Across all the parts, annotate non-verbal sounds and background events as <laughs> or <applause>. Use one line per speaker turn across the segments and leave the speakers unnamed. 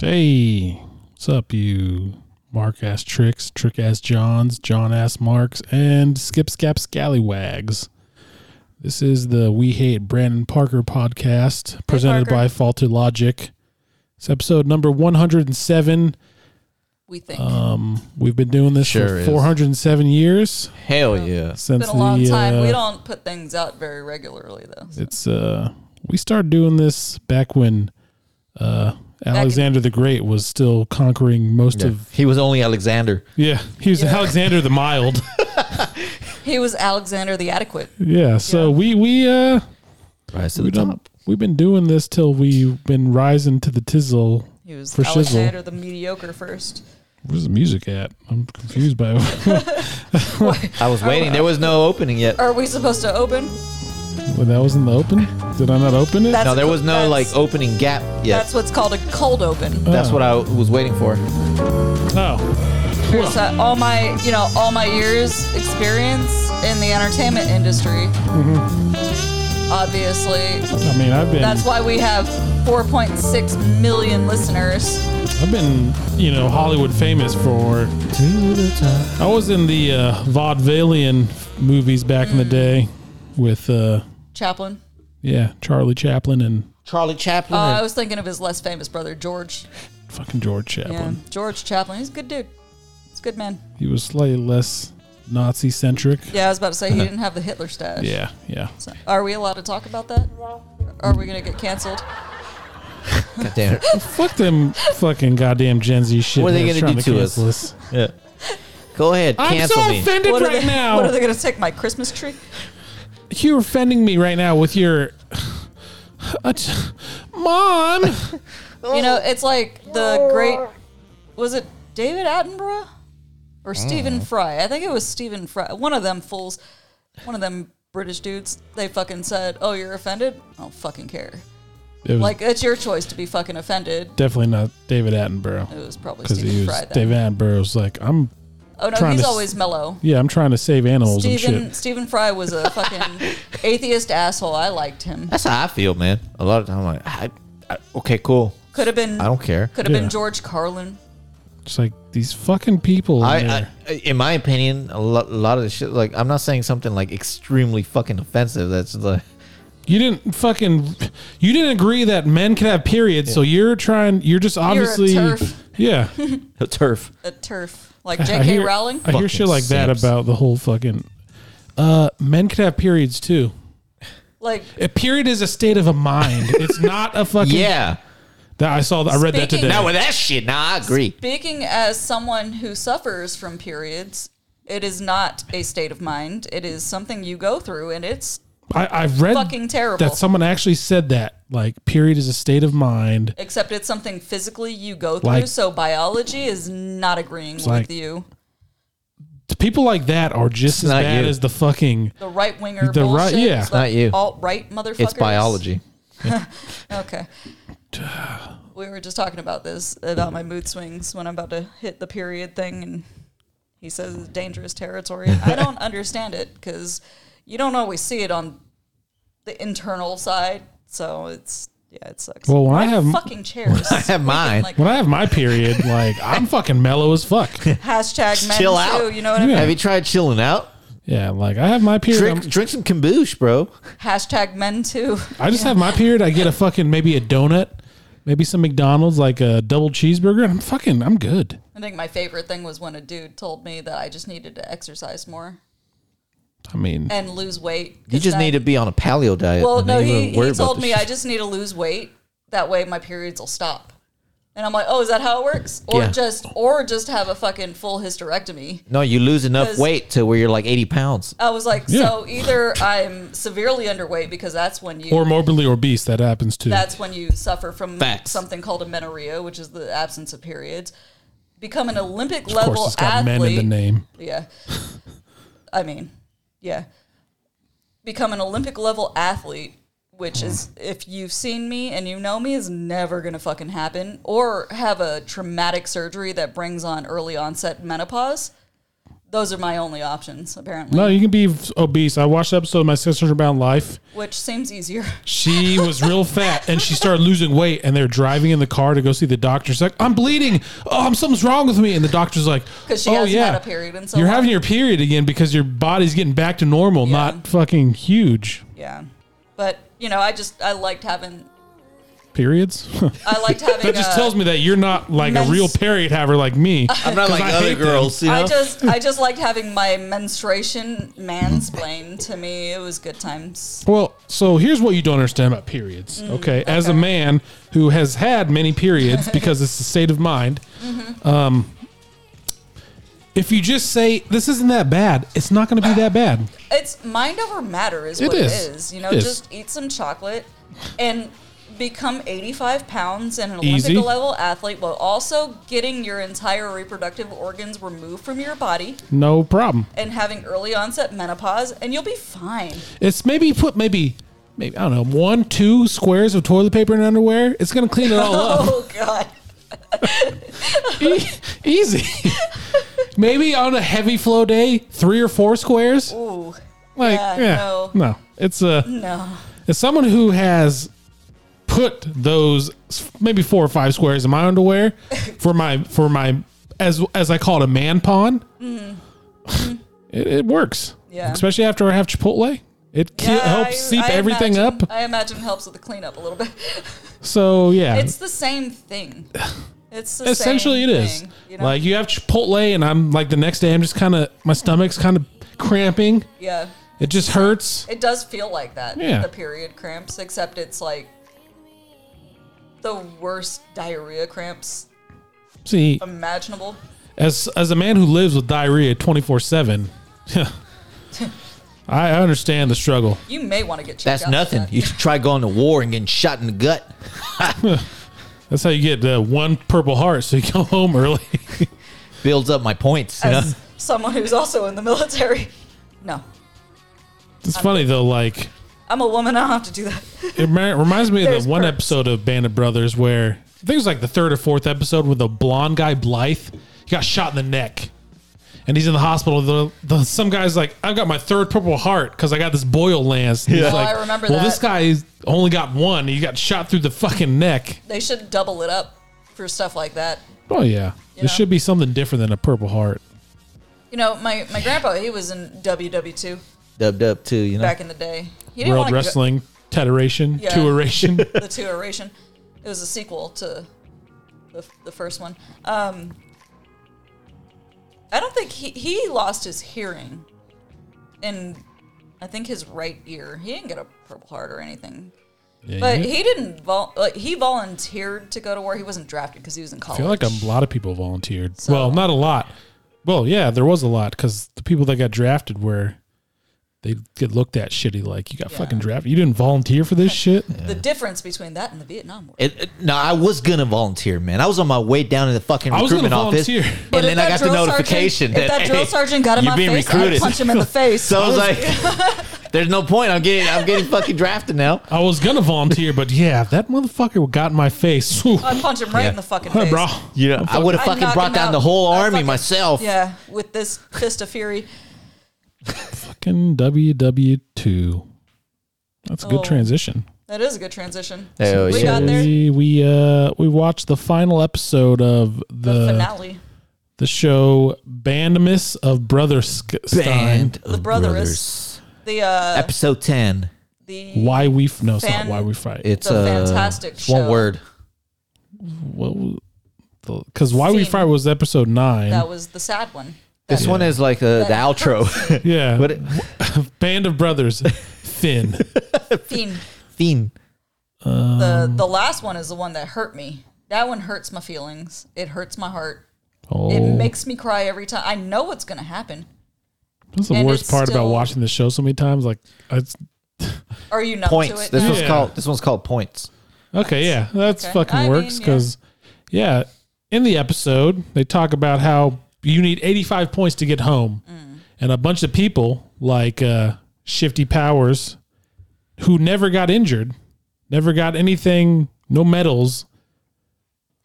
Hey, what's up, you Mark ass tricks, trick ass Johns, John ass Marks, and skip scap scallywags. This is the We Hate Brandon Parker podcast presented
Parker.
by Falter Logic. It's episode number 107.
we think.
Um, we've been doing this
Sure
for
is.
407 years
Hell yeah.
since
it's been a long
the,
time.
uh,
we don't put things out very regularly, though.
It's uh we started doing this back when uh Alexander the Great was still conquering most
Yeah.
of
He was only Alexander.
yeah he was
Yeah.
Alexander the Mild
He was Alexander the Adequate.
<laughs> yeah so we we uh
Rise to
we
the
done,
top.
we've been doing this till we've been rising to the tizzle
He was
For shizzle.
Alexander the Mediocre first.
where's the music at I'm confused by <laughs>
I was waiting. There was no opening yet.
Are we supposed to open?
well, that was in the open did I not open it
That's-
No, there was no
That's-
like opening gap yet.
That's what's called a cold open.
That's what I was waiting for.
oh
There's uh, all my, you know, all my years experience in the entertainment industry.
Mm-hmm.
Obviously,
I mean I've been
that's why we have 4.6 million listeners.
I've been, you know, Hollywood famous for. I was in the uh, vaudevillian movies back in the day with, uh,
Chaplin.
yeah, Charlie Chaplin and
Charlie Chaplin.
Uh, I was thinking of his less famous brother, George.
fucking George
Yeah,
Chaplin.
George Chaplin. He's a good dude. He's a good man.
He was slightly less Nazi centric.
Yeah, I was about to say he didn't have the Hitler stash.
Uh-huh. Yeah, yeah.
So, are we allowed to talk about that? Are we gonna get canceled?
God damn it.
Fuck them fucking goddamn Gen Z shit.
What are they
They're
gonna
trying
do to us?
cancel us?
<laughs> Yeah. Go ahead.
I'm
cancel
so
me.
offended
What are,
right
they,
now.
what are they gonna take my Christmas tree?
You're offending me right now with your. <sighs> Uh, t-
<laughs>
Mom!
You know, it's like the great was it David Attenborough or Stephen Fry? I think it was Stephen Fry. One of them fools, one of them British dudes. They fucking said, "Oh, you're offended? I don't fucking care."
It was
Like it's your choice to be fucking offended.
definitely not David Attenborough.
It was probably
because
Stephen
he
Fry
was
then.
Dave Attenborough's like I'm
oh no,
trying
he's
to s-
always mellow.
yeah I'm trying to save animals and
Stephen
shit.
Stephen Fry was
<laughs>
a fucking atheist asshole. I liked him.
That's how I feel, man. A lot of time I'm like, I, I, okay, cool.
Could have been
I don't care.
Could have
Yeah.
been George Carlin.
It's like these fucking people. in
I,
there.
I, in my opinion, a lot, a lot of the shit, like, I'm not saying something like extremely fucking offensive. That's like,
you didn't fucking you didn't agree that men could have periods, so you're trying. You're just obviously
turf.
yeah.
<laughs>
<laughs>
turf.
The turf,
<laughs>
like
I
J.K.
hear,
Rowling.
I hear shit
Fucking
like that
simps.
about the whole fucking. Uh, men could have periods too.
Like
A period is a state of a mind. It's not a <laughs> fucking.
Yeah.
That I saw. I read that
Speaking-
today.
Now with that shit, nah, I agree.
speaking as someone who suffers from periods, it is not a state of mind. It is something you go through, and it's
I, I've read
fucking terrible.
that someone actually said that. Like, period is a state of mind.
except it's something physically you go through.
Like-
so biology is not agreeing with
like-
you.
People like that are just as
not
bad
you.
as the fucking.
The right winger,
The right-
bullshit,
yeah.
the
Not you.
alt right motherfuckers.
It's biology.
<sighs>
Okay. we were just talking about this about my mood swings when I'm about to hit the period thing, and he says it's dangerous territory.
<laughs>
I don't understand it because you don't always see it on the internal side, so it's yeah, it sucks.
Well, when I
My
have-
fucking chairs.
I have
<laughs>
mine.
like
When I have my period, <laughs> like I'm fucking mellow as fuck.
hashtag men
Chill
too.
out.
<laughs>
You know what I
Yeah.
mean?
Have you tried chilling out?
Yeah, like I have my period.
Drink,
I'm-
drink some kombucha, bro.
Hashtag men too.
I just have my period. I get a fucking maybe a donut, maybe some McDonald's, like a double cheeseburger, and I'm fucking I'm good.
I think my favorite thing was when a dude told me that I just needed to exercise more
I mean,
and lose weight.
You
'cause
just
that-
need to be on a paleo diet.
Well,
and
no,
then you
he,
won't worry
he
about
told
this
me
shit.
I just need to lose weight. That way my periods will stop. And I'm like, oh, is that how it works? Or
Yeah.
just or just have a fucking full hysterectomy.
No, you lose enough
'Cause-
weight to where you're like 80 pounds.
I was like,
Yeah.
so either I'm severely underweight because that's when you
or morbidly obese that happens too.
that's when you suffer from
Facts.
something called amenorrhea, which is the absence of periods. Become an Olympic
of
level
course, it's got
athlete.
men in the name.
Yeah. I mean, yeah. Become an Olympic level athlete, which is, if you've seen me and you know me, is never going to fucking happen, or have a traumatic surgery that brings on early onset menopause. those are my only options apparently,
No, you can be obese. I watched the episode of My 600 Pound Life.
which seems easier. <laughs>
She was real fat and she started losing weight. And they're driving in the car to go see the doctor. She's like, I'm bleeding. Oh, I'm, something's wrong with me. And the doctor's like,
'Cause she
oh,
hasn't
yeah.
had a period in so
You're
long."
having your period again because your body's getting back to normal,
Yeah.
not fucking huge
Yeah, but you know, I just I liked having
periods. <laughs>
I liked having.
that just
uh,
tells me that you're not like
men's-
a real period haver like me.
<laughs>
I'm not
'Cause
like
I
other
hate them.
girls, you know.
I just I just liked having my menstruation mansplained to me. It was good times.
Well, so here's what you don't understand about periods. okay? As a
Mm, okay.
man who has had many periods
<laughs>
because it's a state of mind, um,
Mm-hmm.
if you just say this isn't that bad, it's not going to be that bad.
It's mind over matter is
It
what
is.
it is. You know,
It is.
just eat some chocolate and become 85 pounds and an
Easy.
Olympic level athlete while also getting your entire reproductive organs removed from your body
No problem.
and having early onset menopause and you'll be fine.
It's maybe put maybe maybe I don't know one two squares of toilet paper and underwear. It's going to clean it all up.
<laughs> Oh god.
<laughs> E- easy. <laughs> maybe on a heavy flow day, three or four squares.
Ooh.
Like
Yeah,
yeah,
no.
no, it's uh, a.
No.
as someone who has put those s- maybe four or five squares in my
<laughs>
underwear for my for my as as I call it a man pawn, Mm-hmm. it, it works.
Mm-hmm. Yeah.
especially after I have Chipotle, it ki-
Yeah,
helps
I-
seep
I
everything
imagine-
up.
I imagine helps with the cleanup a little bit. <laughs>
So yeah,
It's the same thing.
<sighs>
It's the
essentially
same
it is
thing, you know?
like you have Chipotle, and I'm like the next day I'm just kind of my stomach's kind of cramping.
yeah,
It just hurts.
it does feel like that.
Yeah.
the period cramps, except it's like the worst diarrhea cramps
See,
imaginable.
as as a man who lives with diarrhea 24-7 <laughs> i understand the struggle
You may want to get checked
That's
out for
nothing.
that.
You should try going to war and getting shot in the gut.
that's how you get uh, one purple heart so you go home early <laughs>
Builds up my points. You know?
As someone who's also in the military, no,
it's funny though like
I'm a woman. I don't have to do that.
it remi- reminds me of
There's
the one
perks.
episode of band of brothers where i think it was like the third or fourth episode with the blonde guy blythe he got shot in the neck and he's in the hospital. The, the some guy's like, "I've got my third purple heart because I got this boil lance." And he's
Yeah. Oh,
like,
I remember
Well,
that.
this guy's only got one. He got shot through the fucking neck.
They should double it up for stuff like that.
Oh yeah,
know?
it should be something different than a Purple Heart.
You know, my my grandpa, he was in WW2
Dubbed up too. You know.
back in the day. He didn't
World
wanna go-
Wrestling Federation,
uh, Yeah. <laughs>
Touration.
the two oration. It was a sequel to the, the first one. Um, I don't think he he lost his hearing, and I think his right ear. He didn't get a purple heart or anything, but he didn't vol- like he volunteered to go to war. He wasn't drafted because he was in
I
college.
feel like a lot of people volunteered.
So-
well, not a lot. Well, yeah, there was a lot because the people that got drafted were they get looked at shitty. Like you got
Yeah.
fucking drafted. You didn't volunteer for
<laughs>
this shit.
the difference between that and the Vietnam War.
It, it- no, I was gonna volunteer, man. I was on my way down to the fucking
I was gonna
recruitment office,
volunteer.
and
But if
then
that
I got the
drill sergeant-
notification
if that drill
hey,
sergeant got in
you're
my
being
face, I'd
recruited.
punch
<laughs>
him in the face.
So I was like, <laughs> "There's no point. I'm getting, I'm getting fucking drafted now."
I was gonna volunteer, but yeah, that motherfucker got in my face. <laughs> Whew.
I'd punch him right
Yeah.
in the fucking
Hey,
face.
bro.
Yeah, I would have
I'd
fucking
knock
brought
him
down
out.
the whole
I'd
army
fucking-
myself.
Yeah, with this fist of fury.
Fucking WW two. That's a good
Oh.
transition.
That is a good transition.
Hell
we
yeah.
got there.
We we, uh we watched the final episode of the
the finale.
the show Bandmas of Brother Sk- Stein.
Band of
The Brothers.
brothers.
The uh
episode ten.
the
Why we f- no, it's not
Fan-
why we fight.
It's
The
a
fantastic
it's one
show.
word.
because why we
Scene.
fight was episode nine.
that was the sad one.
This one is like a, the <laughs> outro.
<laughs> yeah,
but it,
Band of
<laughs>
Brothers, Finn.
Fiend.
theme.
Um,
The the last one is the one that hurt me. That one hurts my feelings. It hurts my heart.
Oh,
It makes me cry every time. I know what's gonna happen.
that's the
and
worst
it's
part about
still-
watching the show so many times. Like, it's,
Are you numb to
points.
it?
This
now?
one's
Yeah.
called this one's called points.
okay, yeah, that's
Okay.
fucking
I
works
mean, yeah.
because, yeah. in the episode they talk about how you need 85 points to get home,
Mm.
and a bunch of people like uh, Shifty Powers, who never got injured, never got anything, no medals.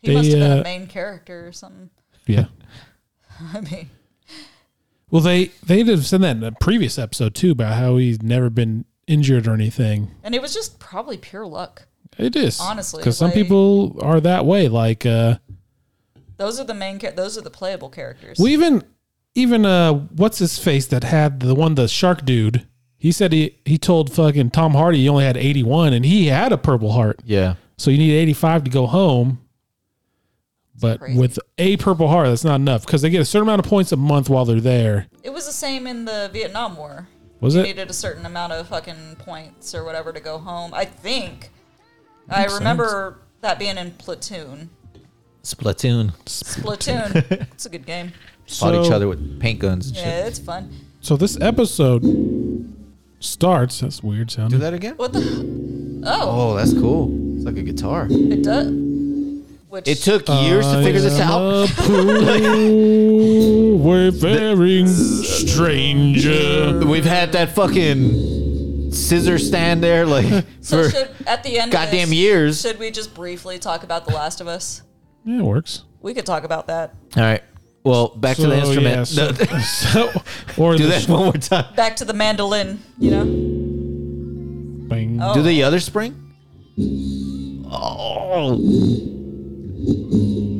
he must
they,
have been
uh,
<laughs> a main character or something.
Yeah.
I mean
<laughs> Well, they they did have said that in the previous episode too about how he's never been injured or anything.
And it was just probably pure luck.
It is
Honestly,
because some
like-
people are that way. Like uh,
Those are the main. Char- those are the playable characters.
well, even even uh, what's his face that had the one the shark dude. He said he he told fucking Tom Hardy he only had eighty one and he had a purple heart.
Yeah.
So you need 85 to go home. But
crazy.
with a purple heart, that's not enough because they get a certain amount of points a month while they're there.
it was the same in the Vietnam War.
Was it?
needed a certain amount of fucking points or whatever to go home. I think. I remember that being in Platoon.
Splatoon.
Platoon.
<laughs>
it's a good game.
Fought
So-
each other with paint guns and shit.
Yeah, it's fun.
So this episode starts. That's weird
Do
sounding.
that again?
What the? Oh,
Oh, that's cool. It's like a guitar.
it does. Which
It took years to figure this
I
out. <laughs>
am a poor wayfaring stranger.
We've had that fucking scissor stand
<laughs>
there like
So
for
should at the end. of
goddamn
this,
years.
Should we just briefly talk about The Last of Us?
Yeah, it works.
We could talk about that.
All right. Well, back to the instrument.
yeah, so-
No, <laughs>
so- or
do
the
that one more time.
Back to the mandolin. You know.
bang.
Oh.
Do the other spring? Oh,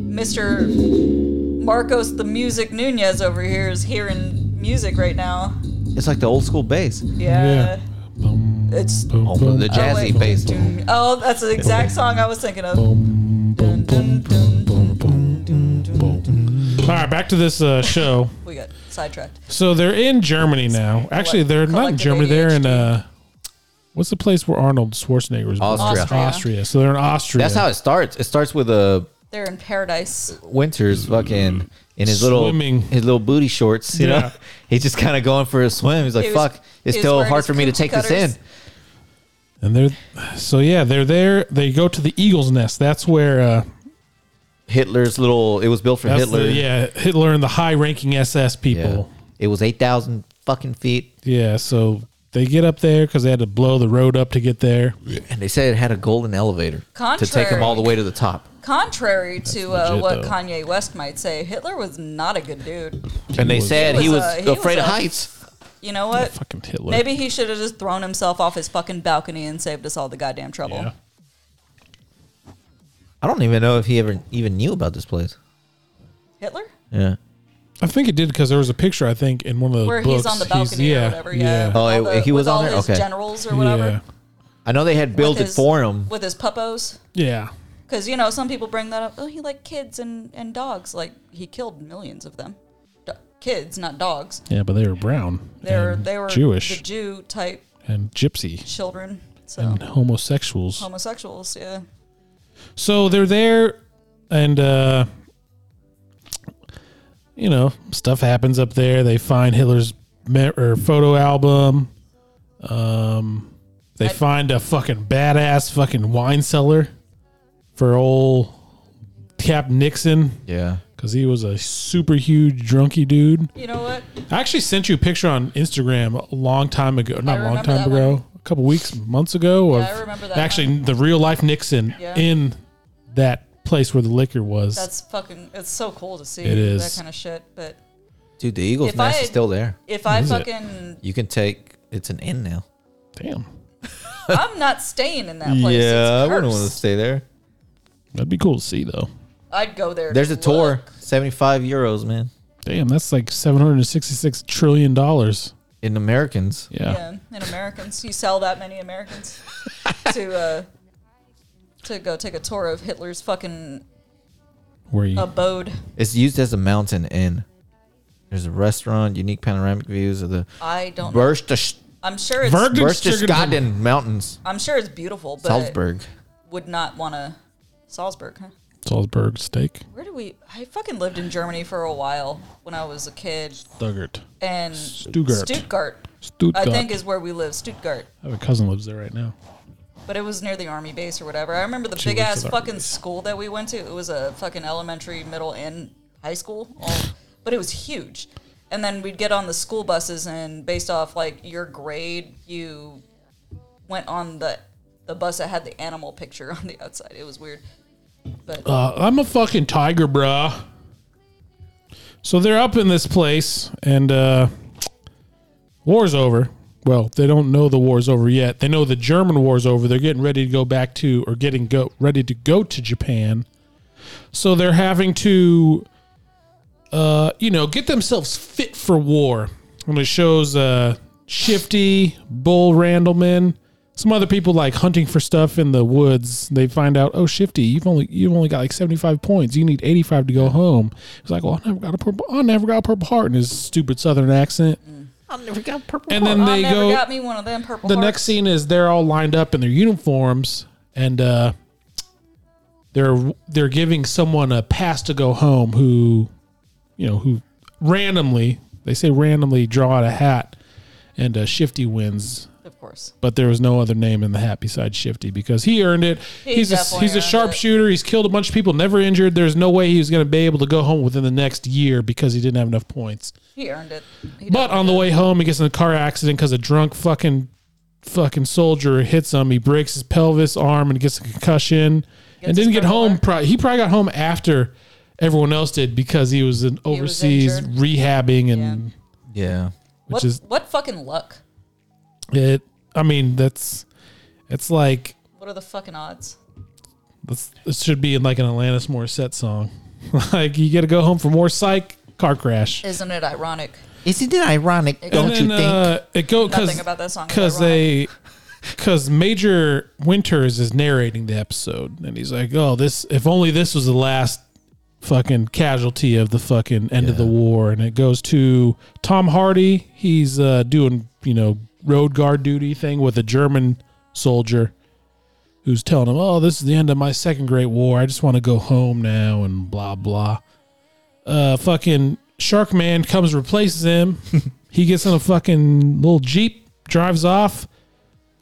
Mr. Marcos the Music Nunez over here is hearing music right now.
it's like the old school bass.
Yeah.
Boom,
It's
boom,
Oh,
boom,
the jazzy
wait.
bass.
Dun- Oh, that's the exact song I was thinking of.
boom, boom,
Dun, dun,
boom, boom,
dun,
boom, boom, boom. All right, back to this uh, show.
We got sidetracked.
So they're in Germany now. Actually, they're not in
collective
Germany. They're in
ADHD.
uh, what's the place where Arnold Schwarzenegger was? born?
Austria.
Austria.
Austria. So they're in Austria.
That's how it starts. It starts with a
They're in paradise.
Winters fucking in his
Swimming.
little his little booty shorts. You
Yeah.
know, <laughs> he's just kind of going for a swim. He's like,
He was-
"Fuck, it's
he was
still
wearing
hard
his
for me to
coochie
take this in."
cutters.
and they're so yeah, they're there. They go to the Eagle's Nest. That's where uh,
Hitler's little. It was built for
that's
Hitler.
The, yeah, Hitler and the high-ranking SS
Yeah.
people.
It was eight thousand fucking feet,
Yeah. so they get up there because they had to blow the road up to get there.
and they said it had a golden elevator to take him
Contrary.
all the way to the top.
Contrary to uh,
legit,
what
though.
Kanye West might say, Hitler was not a good dude.
And they said he
was
was,
a- he was
afraid of
a-
heights.
You know what?
Fucking Hitler.
Maybe he should have just thrown himself off his fucking balcony and saved us all the goddamn trouble.
Yeah.
I don't even know if he ever even knew about this place.
Hitler?
Yeah.
I think it did because there was a picture. I think in one of the
Where
books.
he's on the balcony
yeah,
or whatever. Yeah.
Oh,
All
he- he was
with
on
all
there?
his
Okay.
generals or whatever.
yeah,
With
I know they had built it
his-
for him.
With his puppos.
yeah.
Because, you know, some people bring that up. Oh, he liked kids and, and dogs. Like, he killed millions of them. Do- kids, not dogs.
Yeah, but they were brown.
They were,
and
they were
Jewish
the Jew type
and gypsy
children. So,
and homosexuals.
homosexuals, yeah.
So they're there, and uh, you know stuff happens up there. They find Hitler's me- or photo album. Um, they
I-
find a fucking badass fucking wine cellar for old Cap Nixon
Yeah.
because he was a super huge drunky dude.
You know what?
I actually sent you a picture on Instagram a long time ago. Not a long
remember
time
that
ago.
one.
A couple weeks, months ago.
Yeah,
of
I remember that
Actually, the real life Nixon
Yeah.
in that place where the liquor was.
That's fucking. It's so cool to see
It is.
that kind of shit. But
Dude, the Eagles
If
Nest
I-
is still there.
if I
is it?
fucking,
You can take it's an inn now.
Damn.
I'm not staying in that place. it's
wanna
cursed.
stay there.
That'd be cool to see, though.
I'd go there.
There's
to
a tour.
look.
Seventy five Euros, man.
Damn, that's like $766 trillion. dollars.
In Americans.
Yeah.
Yeah, and Americans, you sell that
<laughs>
many Americans to uh, to go take a tour of Hitler's fucking
Where you,
abode.
It's used as a mountain inn. There's a restaurant, unique panoramic views of the
I don't. know.
Berchtesgaden
I'm sure it's.
Berg-
Mountains,
I'm sure it's beautiful, but
Salzburg.
would not want to. Salzburg, huh?
Salzburg steak.
Where do we? I fucking lived in Germany for a while when I was a kid,
Stuttgart.
and
Stuttgart.
Stuttgart
Stuttgart.
I think is where we live, Stuttgart.
I have a cousin lives there right now.
But it was near the army base or whatever. I remember the
She
big
works
ass
at the army
fucking
base.
school that we went to. It was a fucking elementary, middle, and high school, all, but it was huge. And then we'd get on the school buses, and based off like your grade, you went on the the bus that had the animal picture <laughs> on the outside. It was weird. But
Uh, I'm a fucking tiger, bruh. So they're up in this place, and uh, war's over. Well, they don't know the war's over yet. They know the German war's over. They're getting ready to go back to, or getting go ready to go to Japan. So they're having to, uh, you know, get themselves fit for war. And it shows uh, Shifty, Bull Randleman, some other people like hunting for stuff in the woods. They find out, oh, Shifty, you've only you've only got like seventy five points. You need eighty five to go home. He's like, well, I never got a purple. I never got a purple heart in his stupid Southern accent.
Mm. I've never got purple.
And then
I
they
never
go
got me one of them purple.
the
hearts.
next scene is they're all lined up in their uniforms and uh, they're they're giving someone a pass to go home who you know who randomly they say randomly draw out a hat and uh, shifty wins
of course.
but there was no other name in the hat besides Shifty because he earned it.
He
he's a,
definitely
he's a
earned it.
sharpshooter. He's killed a bunch of people, never injured. There's no way he was going to be able to go home within the next year because he didn't have enough points.
He earned it. He
But on the way home, he gets in a car accident because a drunk fucking fucking soldier hits him. He breaks his pelvis, arm, and gets a concussion. and
his
didn't get
purple
home.
heart.
Pro- he probably got home after everyone else did because he was in overseas
injured.
rehabbing and
Yeah.
which
what,
is
what fucking luck?
it. I mean, that's it's like
What are the fucking odds?
That's, this should be in like an Alanis Morissette song. <laughs> like you got to go home for more psych car crash.
Isn't it ironic?
Isn't it ironic?
And
don't you
then,
think?
Uh, it go
Nothing
because
about that song. is
because
ironic.
they because Major Winters is narrating the episode and he's like, "Oh, this if only this was the last fucking casualty of the fucking end of the war." And it goes to Tom Hardy. He's uh, doing you know road guard duty thing with a German soldier who's telling him, "Oh, this is the end of my second Great War. I just want to go home now." And blah blah. Uh, fucking Shark Man comes and replaces him. he gets in a fucking little jeep, drives off,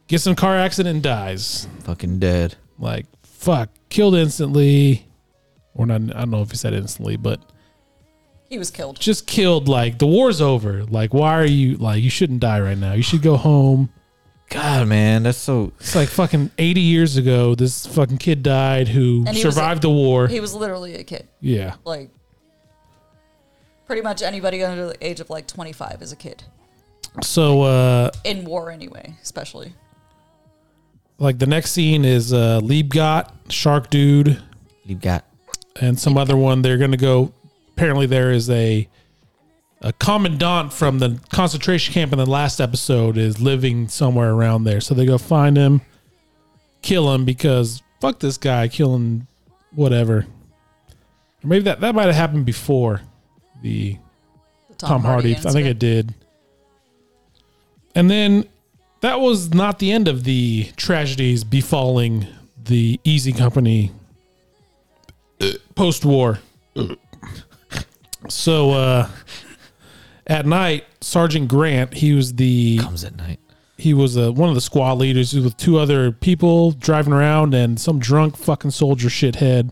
gets in a car accident, and dies.
Fucking dead.
Like fuck, killed instantly, or not? I don't know if he said instantly, but
he was killed.
just killed. Like the war's over. Like why are you like you shouldn't die right now? You should go home.
God, man, that's so.
It's like fucking eighty years ago. This fucking kid died who
And he was a-
survived the war.
He was literally a kid.
yeah.
Like pretty much anybody under the age of like 25 is a kid
So uh
in war anyway, especially.
like the next scene is uh Liebgott, Shark Dude,
You got
and some other one. They're gonna go. Apparently, there is a a commandant from the concentration camp in the last episode is living somewhere around there. So they go find him, kill him because fuck this guy killing whatever. Or maybe that that might have happened before the
The
Tom, Hardy. I think it did. And then that was not the end of the tragedies befalling the Easy Company uh, post war. <laughs> so uh, at night, Sergeant Grant, he was the
comes at night.
he was uh, one of the squad leaders who was with two other people driving around and some drunk fucking soldier shithead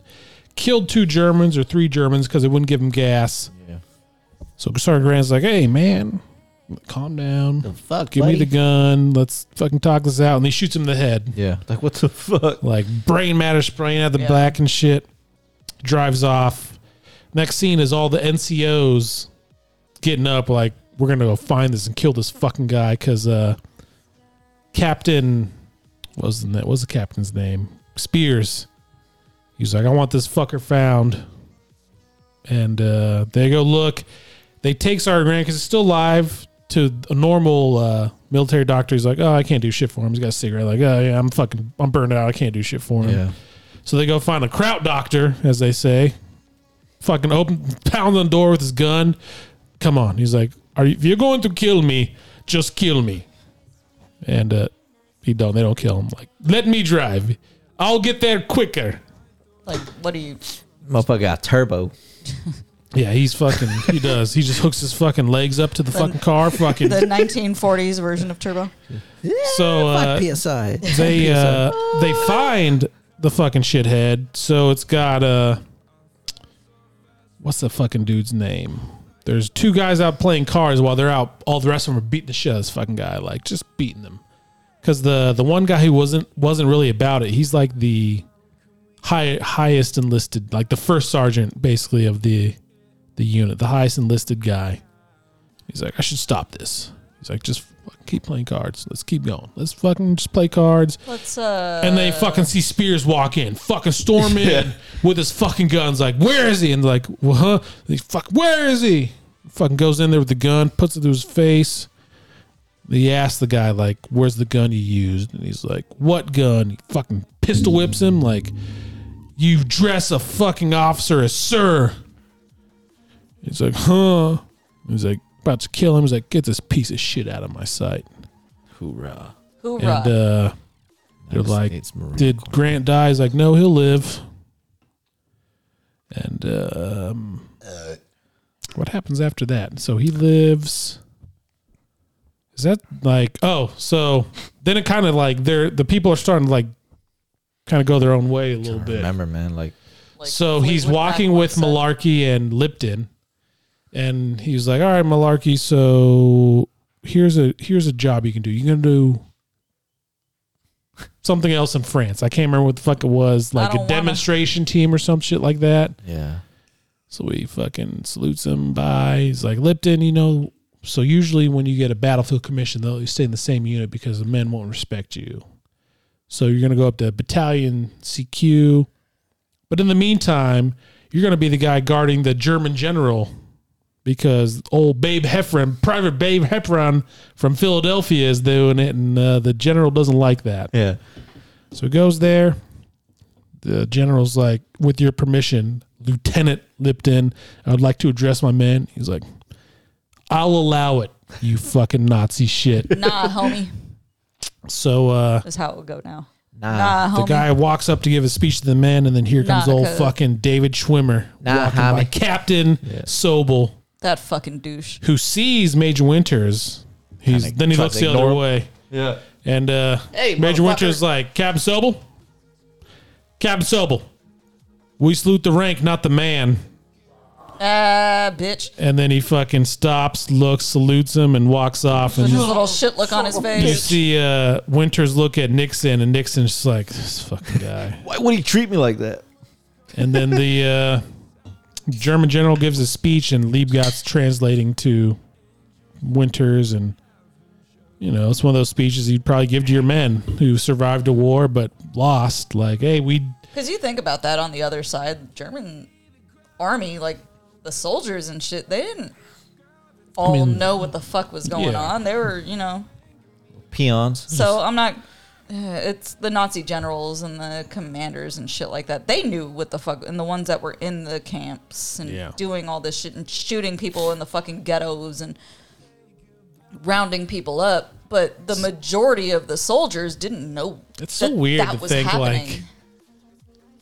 killed two Germans or three Germans because they wouldn't give him gas.
Yeah.
So Sergeant Grant's like, "Hey man, calm down.
The fuck,
Give me the gun. Let's fucking talk this out." And he shoots him in the head,
Yeah. Like what the fuck?
like brain matter spraying out the
Yeah.
back and shit. Drives off. Next scene is all the NCOs getting up, like we're gonna go find this and kill this fucking guy because uh, Captain what was the na- what was the captain's name? Spears. He's like, I want this fucker found. And uh, they go look. They take Sergeant Grant because he's still alive to a normal uh, military doctor. He's like, oh, I can't do shit for him. He's got a cigarette. Like, oh yeah, I'm fucking, I'm burned out. I can't do shit for him.
Yeah.
So they go find a kraut doctor, as they say. Fucking open, pound on the door with his gun. Come on, he's like, "Are you, if you're going to kill me, just kill me." And uh, he don't. They don't kill him. Like, let me drive. I'll get there quicker.
Like what do you
Motherfucker got turbo.
Yeah, he's fucking. He does. He just hooks his fucking legs up to the fucking car. Fucking.
<laughs> the 1940s version of Turbo?
so uh,
PSI.
<laughs>
<laughs>
they uh, they find the fucking shithead. So it's got uh, what's the fucking dude's name? There's two guys out playing cars while they're out. All the rest of them are beating the shit out of this fucking guy, like just beating them. Because the the one guy who wasn't wasn't really about it. He's like the high highest enlisted, like the first sergeant basically of the the unit, the highest enlisted guy. He's like, I should stop this. He's like, just fucking keep playing cards. Let's keep going. Let's fucking just play cards.
Let's uh.
And they fucking see Spears walk in, fucking storm in
Yeah.
with his fucking guns. Like, where is he? And like, well, huh? And He fuck, where is he? Fucking goes in there with the gun, puts it through his face. He asks the guy like, "Where's the gun you used?" And he's like, "What gun?" He fucking pistol whips him like, "You dress a fucking officer as sir." He's like, "Huh?" He's like, about to kill him. He's like, "Get this piece of shit out of my sight."
Hoorah.
Hoorah!
And uh, They're
United
like,
States Marine
did
Corps.
Grant die? He's like, no, he'll live. And um, what happens after that? So he lives. Is that like oh? So then it kind of like they're the people are starting to like kind of go their own way a
I
little
don't
bit.
remember, man. Like,
Like
So he's
Fleetwood Mac
walking
once
with
said.
Malarkey and Lipton, and he's like, "All right, Malarkey, so here's a here's a job you can do. You're gonna do something else in France. I can't remember what the fuck it was,
I
like
don't
a
wanna-
demonstration team or some shit like that."
yeah.
So he fucking salutes him. Bye. He's like, Lipton, you know. So usually when you get a battlefield commission, they'll stay in the same unit because the men won't respect you. So you're gonna go up to battalion CQ, but in the meantime, you're gonna be the guy guarding the German general because old Babe Heffron, Private Babe Heffron from Philadelphia, is doing it, and uh, the general doesn't like that.
Yeah.
So he goes there. The general's like, with your permission, Lieutenant Lipton, I would like to address my men. He's like, I'll allow it, you fucking Nazi shit.
Nah, homie,
So uh,
is how it would go now.
Nah.
Nah,
the
homie.
guy walks up to give a speech to the men, and then here comes
Nah,
old
cuz-
fucking David Schwimmer,
Nah,
walking by.
homie.
Captain Sobel,
that fucking douche.
who sees Major Winters. He's
Kinda
then he
tries
looks
to
the
ignore
other
him.
way.
Yeah.
And uh,
Hey,
Major
motherfucker.
Winter's like, Captain Sobel, Captain Sobel, we salute the rank, not the man.
Ah, bitch.
And then he fucking stops, looks, salutes him, and walks off.
With
And
his
you,
little shit look on his
you
face.
see uh, Winters look at Nixon, and Nixon's just like, this fucking guy.
Why would he treat me like that?
and then the uh, German general gives a speech, and Liebgott's translating to Winters. And, you know, it's one of those speeches you'd probably give to your men who survived a war but lost. Like, hey, we
Because you think about that on the other side, German army, like the soldiers and shit, they didn't all
mean,
know what the fuck was going
yeah.
on. They were, you know.
Peons.
So I'm not. eh, It's the Nazi generals and the commanders and shit like that. They knew what the fuck, and the ones that were in the camps and
Yeah.
doing all this shit and shooting people in the fucking ghettos and rounding people up. But the majority of the soldiers didn't know.
It's so weird to think, like-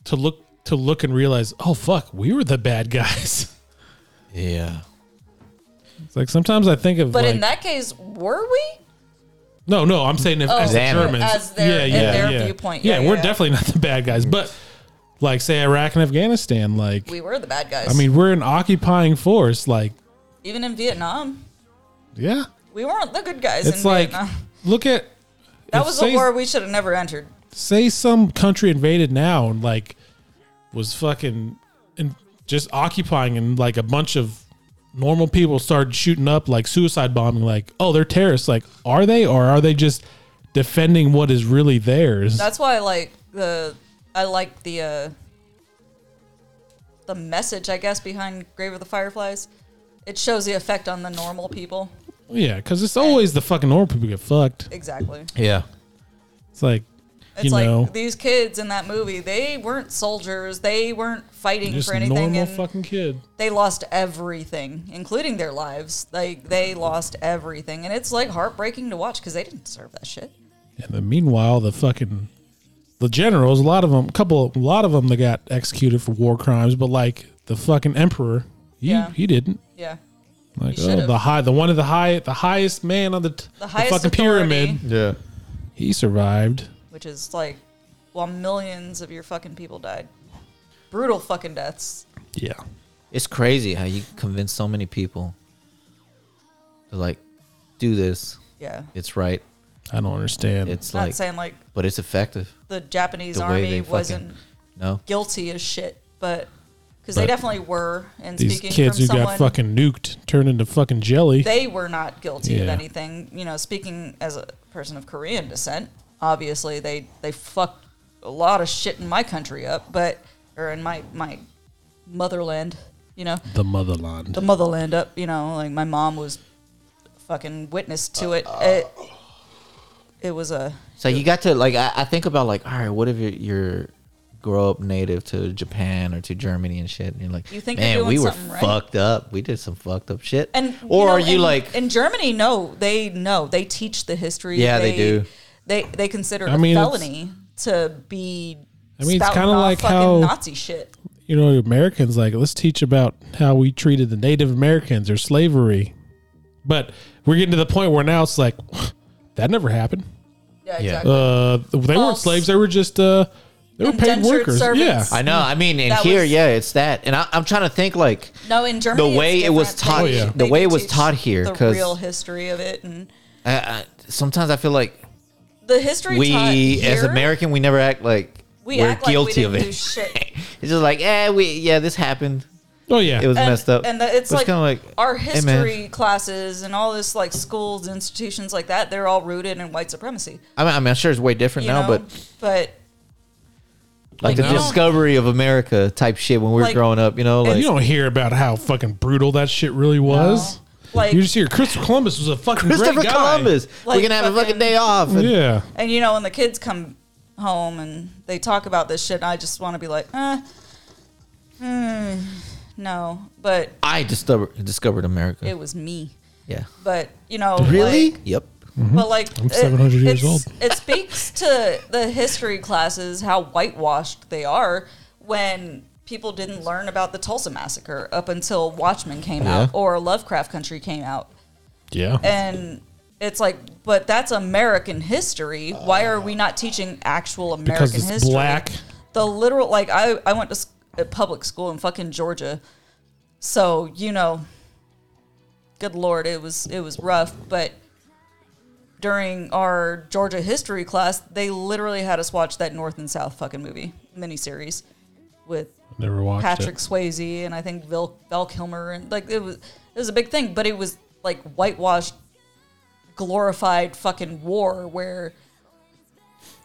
to look to look and realize, oh fuck, we were the bad guys. <laughs>
Yeah.
It's like sometimes I think of
But
like,
in that case, were we?
no, no, I'm saying if, as the
Them.
Germans,
Oh, As their- in their viewpoint,
yeah,
yeah,
we're
yeah.
definitely not the bad guys. But like, say Iraq and Afghanistan, like
We were the bad guys.
I mean, we're an occupying force. Like,
even in Vietnam,
yeah,
we weren't the good guys.
it's
in
like
Vietnam.
look at
that
if
was
say-
a war we should have never entered.
say some country invaded now and like was fucking and just occupying and like a bunch of normal people started shooting up like suicide bombing like oh they're terrorists like are they or are they just defending what is really theirs
That's why I like the I like the uh, the message I guess behind Grave of the Fireflies. It shows the effect on the normal people.
yeah because it's always the fucking normal people get fucked
Exactly.
Yeah.
it's like
It's
you
like
know
these kids in that movie, they weren't soldiers. They weren't fighting
just
for anything.
normal
And
fucking kid
they lost everything, including their lives. Like they lost everything. And it's like heartbreaking to watch because they didn't deserve that shit.
And then meanwhile, the fucking the generals, a lot of them, a couple, a lot of them, that got executed for war crimes. But like the fucking emperor, he
Yeah.
he didn't.
Yeah.
Like
He
oh,
should've.
the high, the one of the high, the highest man on the, t-
The highest
fucking
authority.
pyramid,
Yeah.
he survived.
which is like while millions of your fucking people died. Brutal fucking deaths.
Yeah,
It's crazy how you convince so many people to like do this.
Yeah.
It's right.
I don't understand.
It's
Not
like,
saying like
but it's effective.
the Japanese
The way
army
they
wasn't
fucking. No.
guilty as shit, but because they
But
definitely were. And
These
speaking
kids
from
who
someone,
got fucking nuked turned into fucking jelly.
they were not guilty of
Yeah.
anything. You know, speaking as a person of Korean descent, obviously they they fucked a lot of shit in my country up, but or in my my motherland, you know,
the motherland.
the motherland up. You know, like my mom was fucking witness to
Uh,
it. It, it was a
So you got to like I, I think about like all right, what if you're, you're grow up native to Japan or to Germany and shit, and you're like,
You think you're
man,
doing
we were
something right."
fucked up. We did some fucked up shit.
and
or
know,
are you
in-
like
in Germany? No, they no, they teach the history.
Yeah, they do.
They they consider
I mean,
a
it's-
felony to be.
I mean, it's
spouting
kinda
off
like
fucking
how-
Nazi shit.
you know, Americans like let's teach about how we treated the Native Americans or slavery, but we're getting to the point where now it's like <laughs> that never happened.
Yeah,
Yeah.
exactly.
Uh, they weren't
False.
slaves; they were just uh, they were paid
Indentured
workers.
servants.
Yeah,
I know. I mean, and
That
here,
was-
yeah, it's that. And I, I'm trying to think like
no, in Germany, it's
way it was
different.
taught-
Oh, yeah.
the
they
way
do
it was
teach
taught here,
the
'cause-
real history of it, and
I, I, sometimes I feel like
the history taught
we as
here,
American, we never act like
we
we are
act
guilty
like we didn't
of
Do
it.
shit.
<laughs> It's just like, yeah, we, yeah, this happened.
oh yeah.
It was messed up.
And the, it's
But
like,
kinda
our
hey, man.
history classes and all this like schools, institutions like that. They're all rooted in white supremacy.
I mean, I mean, I'm sure it's way different
You
now,
know?
but
but
like
Like,
the
you don't-
discovery of America type shit when we were
Like-
growing up, you know, like
you don't hear about how fucking brutal that shit really was.
Like-
you just hear Christopher Columbus was a fucking great
Christopher
guy.
Columbus.
Like
we're gonna have a fucking
fucking-
day off. And
Yeah,
And you know, when the kids come home and they talk about this shit, I just want to be like, eh, mm, no. But
I discover, discovered America.
it was me.
yeah.
But you know,
Really?
like-
yep.
but like,
Mm-hmm. I'm 700 years
it's-
old.
It speaks to the history classes how whitewashed they are when people didn't learn about the Tulsa massacre up until Watchmen came
Yeah.
out or Lovecraft Country came out.
yeah.
and it's like, but that's American history. Why are we not teaching actual American
Because it's
history?
black.
The literal, like I, I went to s- a public school in fucking Georgia, so you know, good lord, it was it was rough. But during our Georgia history class, they literally had us watch that North and South fucking movie miniseries with
Never watched
Patrick
it.
Swayze and I think Val, Val Kilmer and like it was it was a big thing, but it was like whitewashed, glorified fucking war where